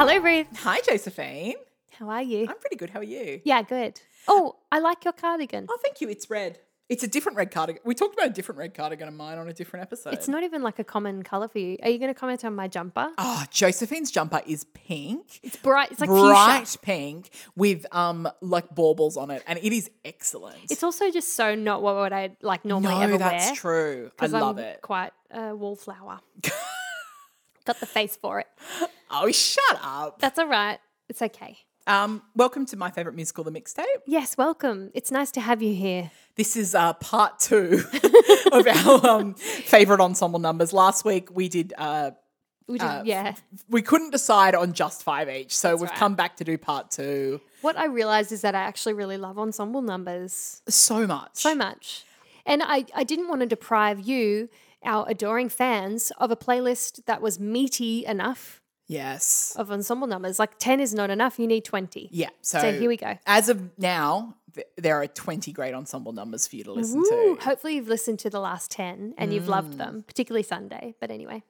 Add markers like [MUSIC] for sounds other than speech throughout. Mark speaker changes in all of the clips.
Speaker 1: Hi, Josephine.
Speaker 2: How are you?
Speaker 1: I'm pretty good. How are you?
Speaker 2: yeah, good. Oh, I like your cardigan.
Speaker 1: Oh, thank you. It's red. It's a different red cardigan. We talked about a different red cardigan of mine on a different episode.
Speaker 2: It's not even like a common color for you. Are you going to comment on my jumper?
Speaker 1: Oh, Josephine's jumper is pink.
Speaker 2: It's bright. It's like
Speaker 1: bright
Speaker 2: fuchsia.
Speaker 1: pink with um like baubles on it, and it is excellent.
Speaker 2: It's also just so not what would I like normally
Speaker 1: no,
Speaker 2: ever
Speaker 1: that's
Speaker 2: wear.
Speaker 1: true. I
Speaker 2: 'cause
Speaker 1: love
Speaker 2: I'm
Speaker 1: it.
Speaker 2: Quite a
Speaker 1: [LAUGHS]
Speaker 2: wallflower. Got the face for it.
Speaker 1: Oh, shut up.
Speaker 2: That's all right. It's okay.
Speaker 1: Um, welcome to my favorite musical, The Mixtape.
Speaker 2: Yes, welcome. It's nice to have you here.
Speaker 1: This is uh,
Speaker 2: [LAUGHS]
Speaker 1: part two of our um, favorite ensemble numbers. Last week we did. Uh,
Speaker 2: We just, yeah.
Speaker 1: we couldn't decide on just five each, so we've
Speaker 2: right.
Speaker 1: come back to do part two.
Speaker 2: What I realized is that I actually really love ensemble numbers
Speaker 1: So much.
Speaker 2: so much. And I, I didn't want to deprive you, our adoring fans, of a playlist that was meaty enough
Speaker 1: Yes.
Speaker 2: of ensemble numbers. Like 10 is not enough, you need 20.
Speaker 1: Yeah. So,
Speaker 2: So here we go.
Speaker 1: As of now, th- there are 20 great ensemble numbers for you to listen
Speaker 2: Ooh,
Speaker 1: to.
Speaker 2: hopefully you've listened to the last 10 and you've
Speaker 1: Mm.
Speaker 2: loved them, particularly Sunday. But anyway,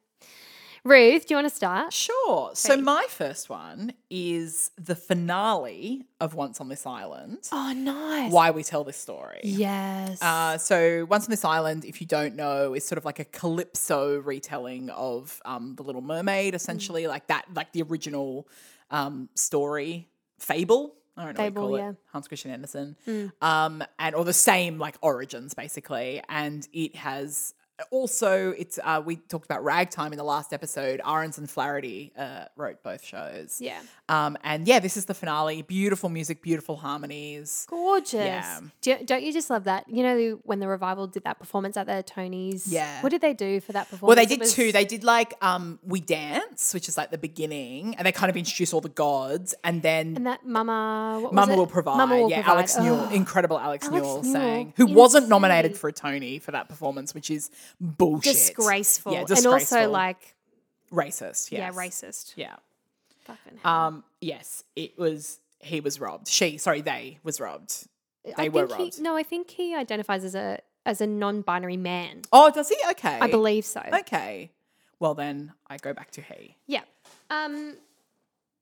Speaker 2: Ruth, do you want to start?
Speaker 1: Sure. So my first one is the finale of Once on This Island.
Speaker 2: Oh, nice.
Speaker 1: Why we tell this story.
Speaker 2: Yes.
Speaker 1: Uh, so, Once on This Island, if you don't know, is sort of like a calypso retelling of um, The Little Mermaid,
Speaker 2: Mm.
Speaker 1: essentially, like that, like the original um, story fable. I don't know what
Speaker 2: Fable,
Speaker 1: you call
Speaker 2: yeah. Mm.
Speaker 1: it. Hans Christian Andersen. Um, and or the same like origins basically. And it has also it's uh, we talked about ragtime in the last episode. Arons and Flaherty uh, wrote both shows.
Speaker 2: yeah.
Speaker 1: Um, and yeah, this is the finale. Beautiful music, beautiful harmonies.
Speaker 2: Gorgeous.
Speaker 1: Yeah.
Speaker 2: Do you, don't you just love that? You know, when the revival did that performance at the Tonys.
Speaker 1: Yeah.
Speaker 2: What did they do for that performance?
Speaker 1: Well, they
Speaker 2: It
Speaker 1: did
Speaker 2: was-
Speaker 1: two. They did like um, We Dance, which is like the beginning, and they kind of introduce all the gods, and then
Speaker 2: and that Mama. What was
Speaker 1: Mama
Speaker 2: it?
Speaker 1: will provide.
Speaker 2: Mama will
Speaker 1: yeah,
Speaker 2: provide. Oh.
Speaker 1: Alex Newell,
Speaker 2: Ugh.
Speaker 1: incredible Alex,
Speaker 2: Alex
Speaker 1: Newell,
Speaker 2: Newell,
Speaker 1: sang, who wasn't nominated
Speaker 2: insane.
Speaker 1: for a Tony for that performance, which is bullshit,
Speaker 2: disgraceful.
Speaker 1: yeah,
Speaker 2: And also
Speaker 1: disgraceful.
Speaker 2: like,
Speaker 1: racist, yes.
Speaker 2: yeah, racist.
Speaker 1: yeah.
Speaker 2: Fucking hell.
Speaker 1: Um, yes, it was. He was robbed. She, sorry, they was robbed.
Speaker 2: I
Speaker 1: Uh, they were
Speaker 2: think
Speaker 1: robbed.
Speaker 2: He, no, I think he identifies as a as a non-binary man.
Speaker 1: Oh, does he? Okay,
Speaker 2: I believe so.
Speaker 1: Okay, well then I go back to he.
Speaker 2: Yeah. Um.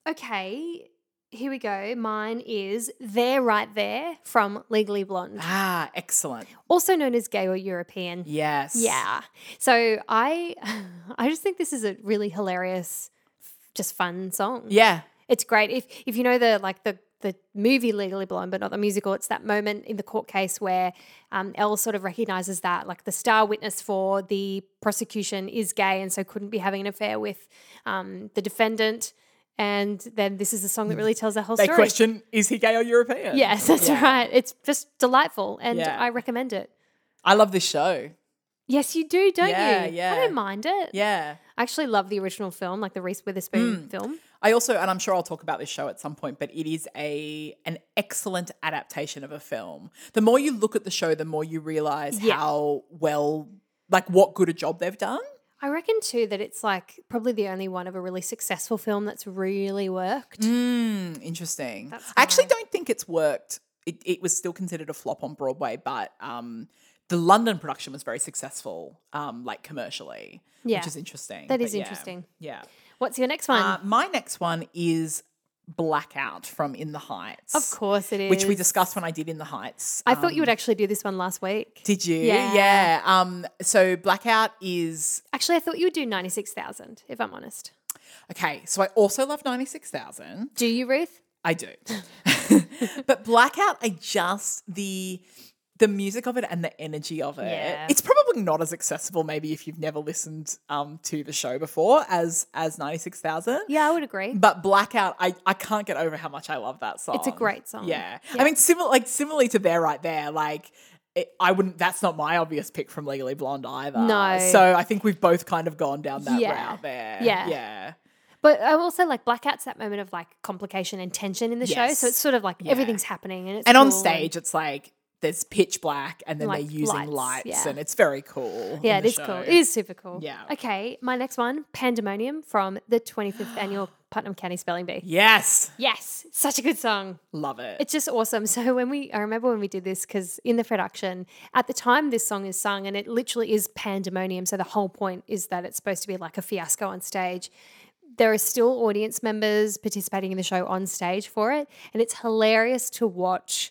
Speaker 2: Okay. Here we go. Mine is "There, Right There" from Legally Blonde,
Speaker 1: Ah, excellent.
Speaker 2: also known as gay or European.
Speaker 1: Yes.
Speaker 2: Yeah. So I, [LAUGHS] I just think this is a really hilarious, just fun song.
Speaker 1: Yeah.
Speaker 2: It's great if if you know the like the the movie Legally Blonde, but not the musical. It's that moment in the court case where um, Elle sort of recognizes that like the star witness for the prosecution is gay and so couldn't be having an affair with um, the defendant. And then this is a song that really tells the whole
Speaker 1: Hmm. They
Speaker 2: story.
Speaker 1: question: Is he gay or
Speaker 2: [LAUGHS]
Speaker 1: European?
Speaker 2: Yes, that's right. It's just delightful, and
Speaker 1: Yeah.
Speaker 2: I recommend it.
Speaker 1: I love this show.
Speaker 2: Yes, you do, don't
Speaker 1: Yeah,
Speaker 2: you?
Speaker 1: yeah.
Speaker 2: I don't mind it.
Speaker 1: Yeah. Hmm.
Speaker 2: I actually love the original film, like the Reese Witherspoon film.
Speaker 1: I also, and I'm sure I'll talk about this show at some point, but it is a an excellent adaptation of a film. The more you look at the show, the more you realize
Speaker 2: Yeah.
Speaker 1: how well, like, what good a job they've done.
Speaker 2: I reckon too that it's like probably the only one of a really successful film that's really worked.
Speaker 1: Mm, interesting.
Speaker 2: That's
Speaker 1: I actually
Speaker 2: why.
Speaker 1: don't think it's worked. It, it was still considered a flop on Broadway, but um, the London production was very successful, um, like commercially,
Speaker 2: Yeah.
Speaker 1: which is interesting.
Speaker 2: That
Speaker 1: But
Speaker 2: is
Speaker 1: yeah.
Speaker 2: interesting.
Speaker 1: Yeah.
Speaker 2: What's your next one?
Speaker 1: Uh, my next one is Blackout from In the Heights.
Speaker 2: of course it is.
Speaker 1: Which we discussed when I did In the Heights. Um,
Speaker 2: I thought you would actually do this one last week.
Speaker 1: Did you?
Speaker 2: Yeah.
Speaker 1: Yeah. Um, so Blackout is
Speaker 2: actually, I thought you would do 96,000, if I'm honest.
Speaker 1: okay. So I also love 96,000.
Speaker 2: Do you, Ruth?
Speaker 1: I do. [LAUGHS] but Blackout, I just the the music of it and the energy of it.
Speaker 2: Yeah.
Speaker 1: It's probably not as accessible maybe if you've never listened um to the show before as as 96,000.
Speaker 2: Yeah, I would agree.
Speaker 1: But Blackout, I, I can't get over how much I love that song.
Speaker 2: It's a great song.
Speaker 1: Yeah. I mean, similar like similarly to There Right There, like it, I wouldn't that's not my obvious pick from Legally Blonde either.
Speaker 2: No.
Speaker 1: So I think we've both kind of gone down that
Speaker 2: Yeah.
Speaker 1: route there.
Speaker 2: Yeah.
Speaker 1: Yeah.
Speaker 2: But I also like Blackout's that moment of like complication and tension in the show.
Speaker 1: Yes.
Speaker 2: So it's sort of like
Speaker 1: Yeah.
Speaker 2: everything's happening. And, it's
Speaker 1: And on
Speaker 2: cool and-
Speaker 1: stage it's like there's pitch black and then
Speaker 2: Like
Speaker 1: they're using
Speaker 2: lights,
Speaker 1: lights,
Speaker 2: yeah.
Speaker 1: and it's very cool.
Speaker 2: Yeah,
Speaker 1: in
Speaker 2: it
Speaker 1: the
Speaker 2: is cool.
Speaker 1: show.
Speaker 2: It is super cool.
Speaker 1: Yeah.
Speaker 2: Okay, my next one, Pandemonium from the
Speaker 1: [GASPS]
Speaker 2: 25th annual Putnam County Spelling Bee.
Speaker 1: Yes.
Speaker 2: Yes, such a good song.
Speaker 1: Love it.
Speaker 2: It's just awesome. [LAUGHS] So when we, I remember when we did this because in the production at the time this song is sung and it literally is pandemonium. So the whole point is that it's supposed to be like a fiasco on stage. there are still audience members participating in the show on stage for it. And it's hilarious to watch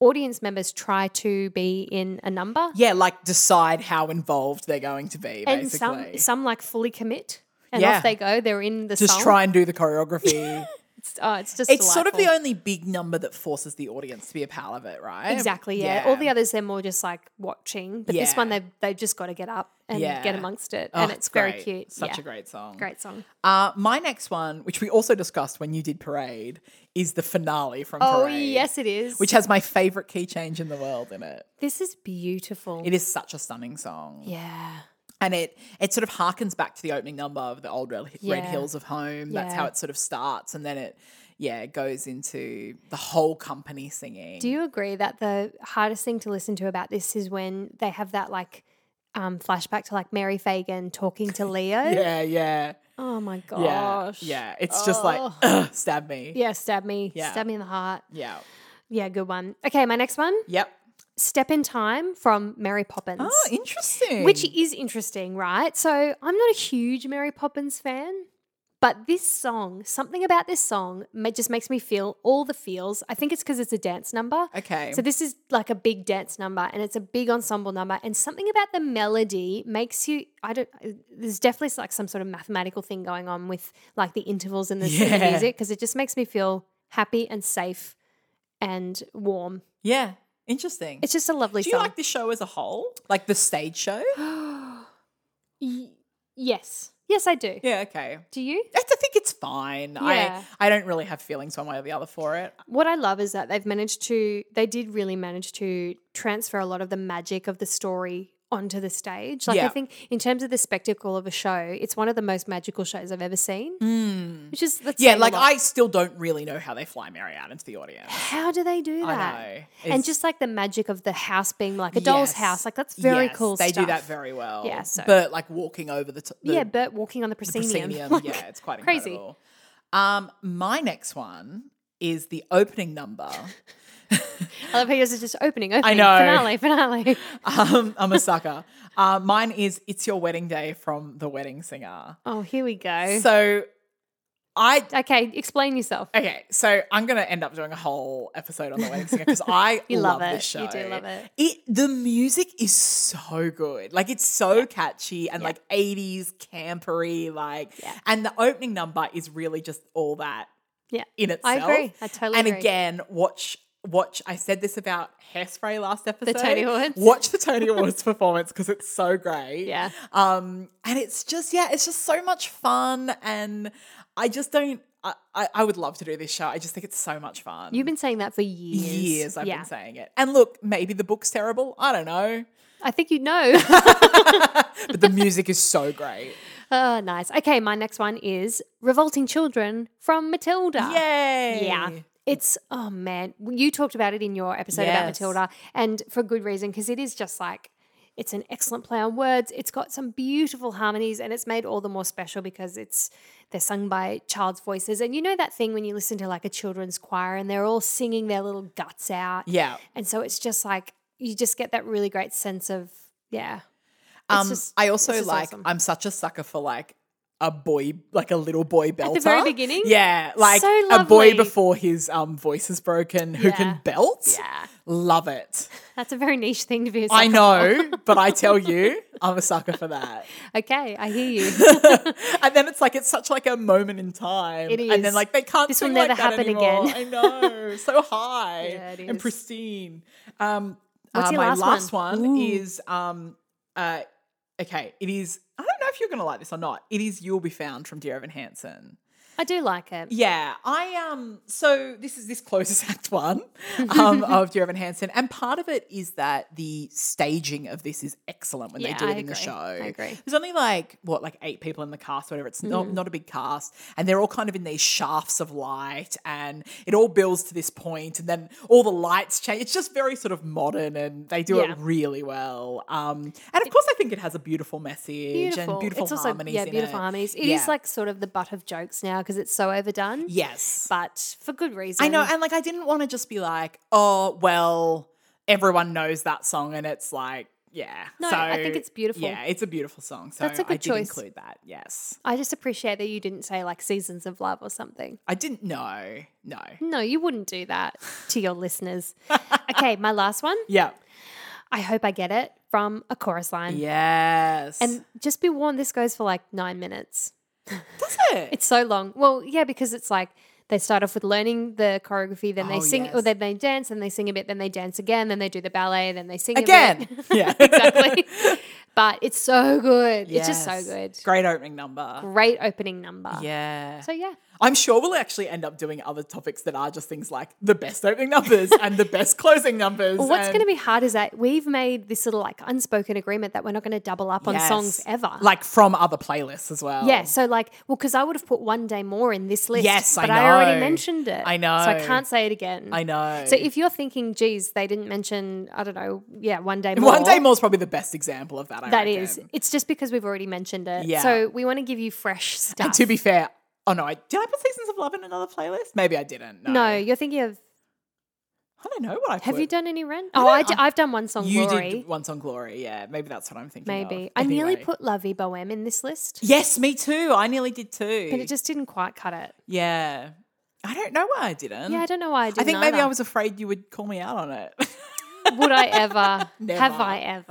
Speaker 2: audience members try to be in a number.
Speaker 1: Yeah, like decide how involved they're going to be,
Speaker 2: and
Speaker 1: basically.
Speaker 2: some some like fully commit and
Speaker 1: Yeah.
Speaker 2: off they go. They're in the
Speaker 1: just
Speaker 2: song.
Speaker 1: try and do the choreography.
Speaker 2: It's, oh, it's just
Speaker 1: it's sort of the
Speaker 2: delightful.
Speaker 1: only big number that forces the audience to be a part of it, right?
Speaker 2: exactly yeah. All the others they're more just like watching, but this one they they just got to get up and
Speaker 1: Yeah.
Speaker 2: get amongst it,
Speaker 1: Oh,
Speaker 2: and it's very
Speaker 1: great.
Speaker 2: cute.
Speaker 1: Such
Speaker 2: yeah.
Speaker 1: a great song.
Speaker 2: great song.
Speaker 1: Uh, my next one, which we also discussed when you did Parade, is the finale from
Speaker 2: Oh
Speaker 1: Parade.
Speaker 2: yes, it is.
Speaker 1: Which has my favorite key change in the world in it.
Speaker 2: this is beautiful.
Speaker 1: It is such a stunning song.
Speaker 2: yeah,
Speaker 1: And it it sort of harkens back to the opening number of the old Red, Red
Speaker 2: Yeah.
Speaker 1: Hills of Home. That's
Speaker 2: Yeah.
Speaker 1: how it sort of starts. And then it, yeah, it goes into the whole company singing.
Speaker 2: Do you agree that the hardest thing to listen to about this is when they have that like um, flashback to like Mary Fagan talking
Speaker 1: [LAUGHS]
Speaker 2: to Leo?
Speaker 1: yeah, yeah,
Speaker 2: Oh my
Speaker 1: yeah,
Speaker 2: gosh.
Speaker 1: yeah. It's just like,
Speaker 2: Oh.
Speaker 1: "Ugh, stab me.
Speaker 2: Yeah, stab me.
Speaker 1: Yeah.
Speaker 2: Stab me in the heart.
Speaker 1: yeah.
Speaker 2: Yeah, good one. Okay, my next one
Speaker 1: Yep.
Speaker 2: Step in Time from Mary Poppins.
Speaker 1: Oh, interesting.
Speaker 2: which is interesting, right? So I'm not a huge Mary Poppins fan, but this song, something about this song, ma- just makes me feel all the feels. I think it's because it's a dance number.
Speaker 1: okay.
Speaker 2: So this is like a big dance number and it's a big ensemble number and something about the melody makes you I don't uh, there's definitely like some sort of mathematical thing going on with like the intervals in the, in the
Speaker 1: Yeah.
Speaker 2: music because it just makes me feel happy and safe and warm.
Speaker 1: yeah, interesting.
Speaker 2: It's just a lovely
Speaker 1: Do you
Speaker 2: song.
Speaker 1: like the show as a whole? Like the stage
Speaker 2: [GASPS]
Speaker 1: show?
Speaker 2: Y- yes. Yes, I do.
Speaker 1: Yeah, okay.
Speaker 2: Do you?
Speaker 1: I th- think it's fine.
Speaker 2: Yeah.
Speaker 1: I, I don't really have feelings one way or the other for it.
Speaker 2: What I love is that they've managed to, they did really manage to transfer a lot of the magic of the story onto the stage. Like,
Speaker 1: Yeah.
Speaker 2: I think in terms of the spectacle of a show, it's one of the most magical shows I've ever seen. Which is, that's
Speaker 1: Mm. Yeah,
Speaker 2: saying a
Speaker 1: like
Speaker 2: lot.
Speaker 1: I still don't really know how they fly Mary out into the audience.
Speaker 2: How do they do that?
Speaker 1: I know.
Speaker 2: And
Speaker 1: It's-
Speaker 2: just like the magic of the house being like a doll's
Speaker 1: Yes.
Speaker 2: house, like that's very
Speaker 1: Yes,
Speaker 2: cool
Speaker 1: They
Speaker 2: stuff.
Speaker 1: do that very well.
Speaker 2: Yeah, so-
Speaker 1: But like walking over the, t- the
Speaker 2: yeah, Bert walking on the proscenium.
Speaker 1: [LAUGHS]
Speaker 2: [LAUGHS]
Speaker 1: proscenium.
Speaker 2: Like,
Speaker 1: yeah, it's quite
Speaker 2: crazy.
Speaker 1: incredible. Um, my next one is the opening number.
Speaker 2: I love how yours is just opening, opening,
Speaker 1: know.
Speaker 2: finale,
Speaker 1: [LAUGHS]
Speaker 2: finale.
Speaker 1: um, I'm a sucker. Uh, mine is It's Your Wedding Day from The Wedding Singer.
Speaker 2: Oh, here we go.
Speaker 1: So I
Speaker 2: okay, explain yourself.
Speaker 1: Okay, so I'm gonna end up doing a whole episode on the wedding singer because I
Speaker 2: [LAUGHS] You
Speaker 1: love,
Speaker 2: love
Speaker 1: this
Speaker 2: it.
Speaker 1: show.
Speaker 2: You do love it.
Speaker 1: The music is so good. Like it's so catchy and like 80s campery. Like,
Speaker 2: Yeah.
Speaker 1: and the opening number is really just all that
Speaker 2: Yeah.
Speaker 1: in itself.
Speaker 2: I agree. I totally
Speaker 1: and
Speaker 2: agree.
Speaker 1: again, watch. Watch, I said this about Hairspray last episode.
Speaker 2: Tony Awards.
Speaker 1: Watch the Tony Awards [LAUGHS] performance because it's so great.
Speaker 2: Yeah.
Speaker 1: Um, and it's just, yeah, it's just so much fun. And I just don't, I, I, I would love to do this show. I just think it's so much fun.
Speaker 2: You've been saying that for years.
Speaker 1: years I've
Speaker 2: yeah.
Speaker 1: been saying it. And look, maybe the book's terrible. I don't know.
Speaker 2: I think you
Speaker 1: [LAUGHS]
Speaker 2: know.
Speaker 1: But the music is
Speaker 2: [LAUGHS]
Speaker 1: so great.
Speaker 2: oh, nice. Okay, my next one is Revolting Children from Matilda.
Speaker 1: Yay.
Speaker 2: Yeah. It's, oh man, you talked about it in your episode about
Speaker 1: Yes.
Speaker 2: Matilda, and for good reason, because it is just like, it's an excellent play on words. It's got some beautiful harmonies, and it's made all the more special because it's they're sung by child's voices. And you know that thing when you listen to like a children's choir and they're all singing their little guts out.
Speaker 1: Yeah.
Speaker 2: And so it's just like you just get that really great sense of yeah. It's
Speaker 1: Um,
Speaker 2: just-
Speaker 1: I also
Speaker 2: it's just
Speaker 1: like,
Speaker 2: awesome.
Speaker 1: I'm such a sucker for like, a boy, like a little boy belter.
Speaker 2: very beginning?
Speaker 1: Yeah. Like
Speaker 2: So
Speaker 1: a boy
Speaker 2: lovely.
Speaker 1: before his um, voice is broken who
Speaker 2: Yeah.
Speaker 1: can belt.
Speaker 2: Yeah.
Speaker 1: Love it.
Speaker 2: That's a very niche thing to be a sucker
Speaker 1: I know, [LAUGHS] but I tell you, I'm a sucker
Speaker 2: [LAUGHS]
Speaker 1: for that.
Speaker 2: for. Okay, I hear
Speaker 1: [LAUGHS]
Speaker 2: you.
Speaker 1: And then it's like it's such like a moment in time.
Speaker 2: It
Speaker 1: And then
Speaker 2: is.
Speaker 1: like they can't
Speaker 2: This will
Speaker 1: sing
Speaker 2: never
Speaker 1: like that
Speaker 2: happen
Speaker 1: anymore.
Speaker 2: again. [LAUGHS]
Speaker 1: I know. So high
Speaker 2: Yeah, it
Speaker 1: and
Speaker 2: is.
Speaker 1: pristine. Um
Speaker 2: What's
Speaker 1: uh,
Speaker 2: your
Speaker 1: my
Speaker 2: last one?
Speaker 1: last one,
Speaker 2: Ooh.
Speaker 1: is um uh okay, it is I don't know if you're gonna like this or not. It is You'll Be Found from Dear Evan Hansen.
Speaker 2: I do like it.
Speaker 1: Yeah, I um. So this is this closes Act [LAUGHS] One
Speaker 2: [LAUGHS]
Speaker 1: um, of Dear Evan Hansen, and part of it is that the staging of this is excellent when they
Speaker 2: Yeah,
Speaker 1: do it
Speaker 2: I
Speaker 1: in the
Speaker 2: agree.
Speaker 1: show.
Speaker 2: I agree. Mm.
Speaker 1: There's only like what like eight people in the cast, or whatever. It's not not a big cast, and they're all kind of in these shafts of light, and it all builds to this point, and then all the lights change. It's just very sort of modern, and they do
Speaker 2: Yeah.
Speaker 1: it really well. Um, and of course, I think it has a beautiful message
Speaker 2: Beautiful.
Speaker 1: and beautiful
Speaker 2: it's also
Speaker 1: harmonies.
Speaker 2: yeah,
Speaker 1: in
Speaker 2: beautiful
Speaker 1: it.
Speaker 2: harmonies. It is
Speaker 1: Yeah.
Speaker 2: like sort of the butt of jokes now because it's so overdone.
Speaker 1: yes,
Speaker 2: But for good reason.
Speaker 1: I know, and like I didn't want to just be like, oh well, everyone knows that song, and it's like yeah.
Speaker 2: No,
Speaker 1: so,
Speaker 2: I think it's beautiful.
Speaker 1: Yeah, it's a beautiful song. So
Speaker 2: That's a
Speaker 1: I
Speaker 2: good
Speaker 1: did
Speaker 2: choice.
Speaker 1: include that. Yes,
Speaker 2: I just appreciate that you didn't say like seasons of love or something.
Speaker 1: I didn't know. No.
Speaker 2: No, you wouldn't do that
Speaker 1: [LAUGHS]
Speaker 2: to your listeners. Okay, my last one.
Speaker 1: Yeah.
Speaker 2: I hope I get it from a chorus line.
Speaker 1: Yes.
Speaker 2: And just be warned, this goes for like nine minutes.
Speaker 1: does it?
Speaker 2: It's so long. Well, yeah, because it's like they start off with learning the choreography, then
Speaker 1: Oh,
Speaker 2: they sing, or
Speaker 1: yes.
Speaker 2: then they dance, then they sing a bit, then they dance again, then they do the ballet, then they sing a bit.
Speaker 1: Again.
Speaker 2: [LAUGHS]
Speaker 1: Yeah.
Speaker 2: exactly. [LAUGHS] But it's so good. It's just
Speaker 1: Yes.
Speaker 2: so good.
Speaker 1: Great opening number.
Speaker 2: Great opening number.
Speaker 1: Yeah.
Speaker 2: So yeah.
Speaker 1: I'm sure we'll actually end up doing other topics that are just things like the best opening numbers and the best closing numbers.
Speaker 2: Well, what's
Speaker 1: and-
Speaker 2: going to be hard is that we've made this little like unspoken agreement that we're not going to double up on songs
Speaker 1: Yes.
Speaker 2: ever.
Speaker 1: Like from other playlists as well.
Speaker 2: yeah, so like, well, because I would have put one day more in this list.
Speaker 1: Yes, I
Speaker 2: but I already
Speaker 1: know.
Speaker 2: mentioned it.
Speaker 1: I
Speaker 2: so I
Speaker 1: know.
Speaker 2: can't say it again.
Speaker 1: I know.
Speaker 2: So if you're thinking, geez, they didn't mention, I don't know, yeah, one day more.
Speaker 1: [LAUGHS] One Day More is probably the best example of that. I
Speaker 2: That
Speaker 1: reckon.
Speaker 2: is, it's just because we've already mentioned it.
Speaker 1: Yeah.
Speaker 2: So we want to give you fresh stuff.
Speaker 1: And to be fair, oh no, I, did I put Seasons of Love in another playlist? Maybe I didn't. No,
Speaker 2: no,
Speaker 1: I
Speaker 2: you're thinking of.
Speaker 1: don't know what I put.
Speaker 2: Have you done any rent? Oh, I d- I've done one song,
Speaker 1: You
Speaker 2: Glory.
Speaker 1: did once on Glory, yeah. Maybe that's what I'm thinking. of.
Speaker 2: maybe. I nearly
Speaker 1: Anyway.
Speaker 2: put Lovey Bohem in this list,
Speaker 1: Yes, me too. I nearly did too.
Speaker 2: but it just didn't quite cut it.
Speaker 1: yeah, I don't know why I didn't.
Speaker 2: Yeah, I don't know why I didn't.
Speaker 1: I think maybe I
Speaker 2: either.
Speaker 1: was afraid you would call me out on it. [LAUGHS]
Speaker 2: Would I [LAUGHS] ever? Have
Speaker 1: Never.
Speaker 2: I [LAUGHS]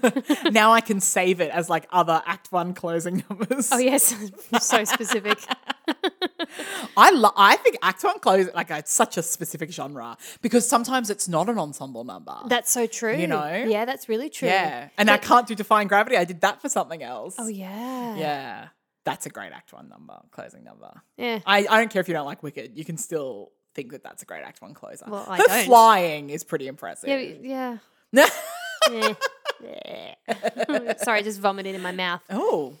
Speaker 2: ever?
Speaker 1: now I can save it as like other Act One closing numbers.
Speaker 2: Oh yes, [LAUGHS] so [LAUGHS] specific.
Speaker 1: I lo- I think Act One close like it's such a specific genre because sometimes it's not an ensemble number.
Speaker 2: That's so true.
Speaker 1: You know?
Speaker 2: Yeah, that's really true.
Speaker 1: yeah, and I can't do Define Gravity. I did that for something else.
Speaker 2: Oh yeah.
Speaker 1: yeah. That's a great Act One number, closing number.
Speaker 2: Yeah.
Speaker 1: I, I don't care if you don't like Wicked. You can still think that that's a great Act One closer.
Speaker 2: Well, I
Speaker 1: Her
Speaker 2: don't.
Speaker 1: flying is pretty impressive.
Speaker 2: Yeah. yeah. Eh. [LAUGHS] Eh. [LAUGHS] Sorry, I just vomited in my mouth.
Speaker 1: oh,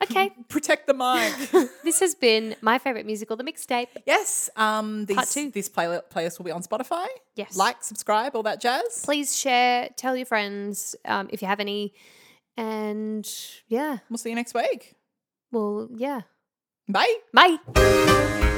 Speaker 2: Okay,
Speaker 1: protect the mic.
Speaker 2: [LAUGHS] this has been my favorite musical, the mixtape.
Speaker 1: yes. Um. These,
Speaker 2: two.
Speaker 1: This play- playlist will be on Spotify.
Speaker 2: Yes.
Speaker 1: Like, subscribe, all that jazz.
Speaker 2: Please share, tell your friends um, if you have any, and yeah,
Speaker 1: We'll see you next week.
Speaker 2: well, yeah,
Speaker 1: Bye.
Speaker 2: bye.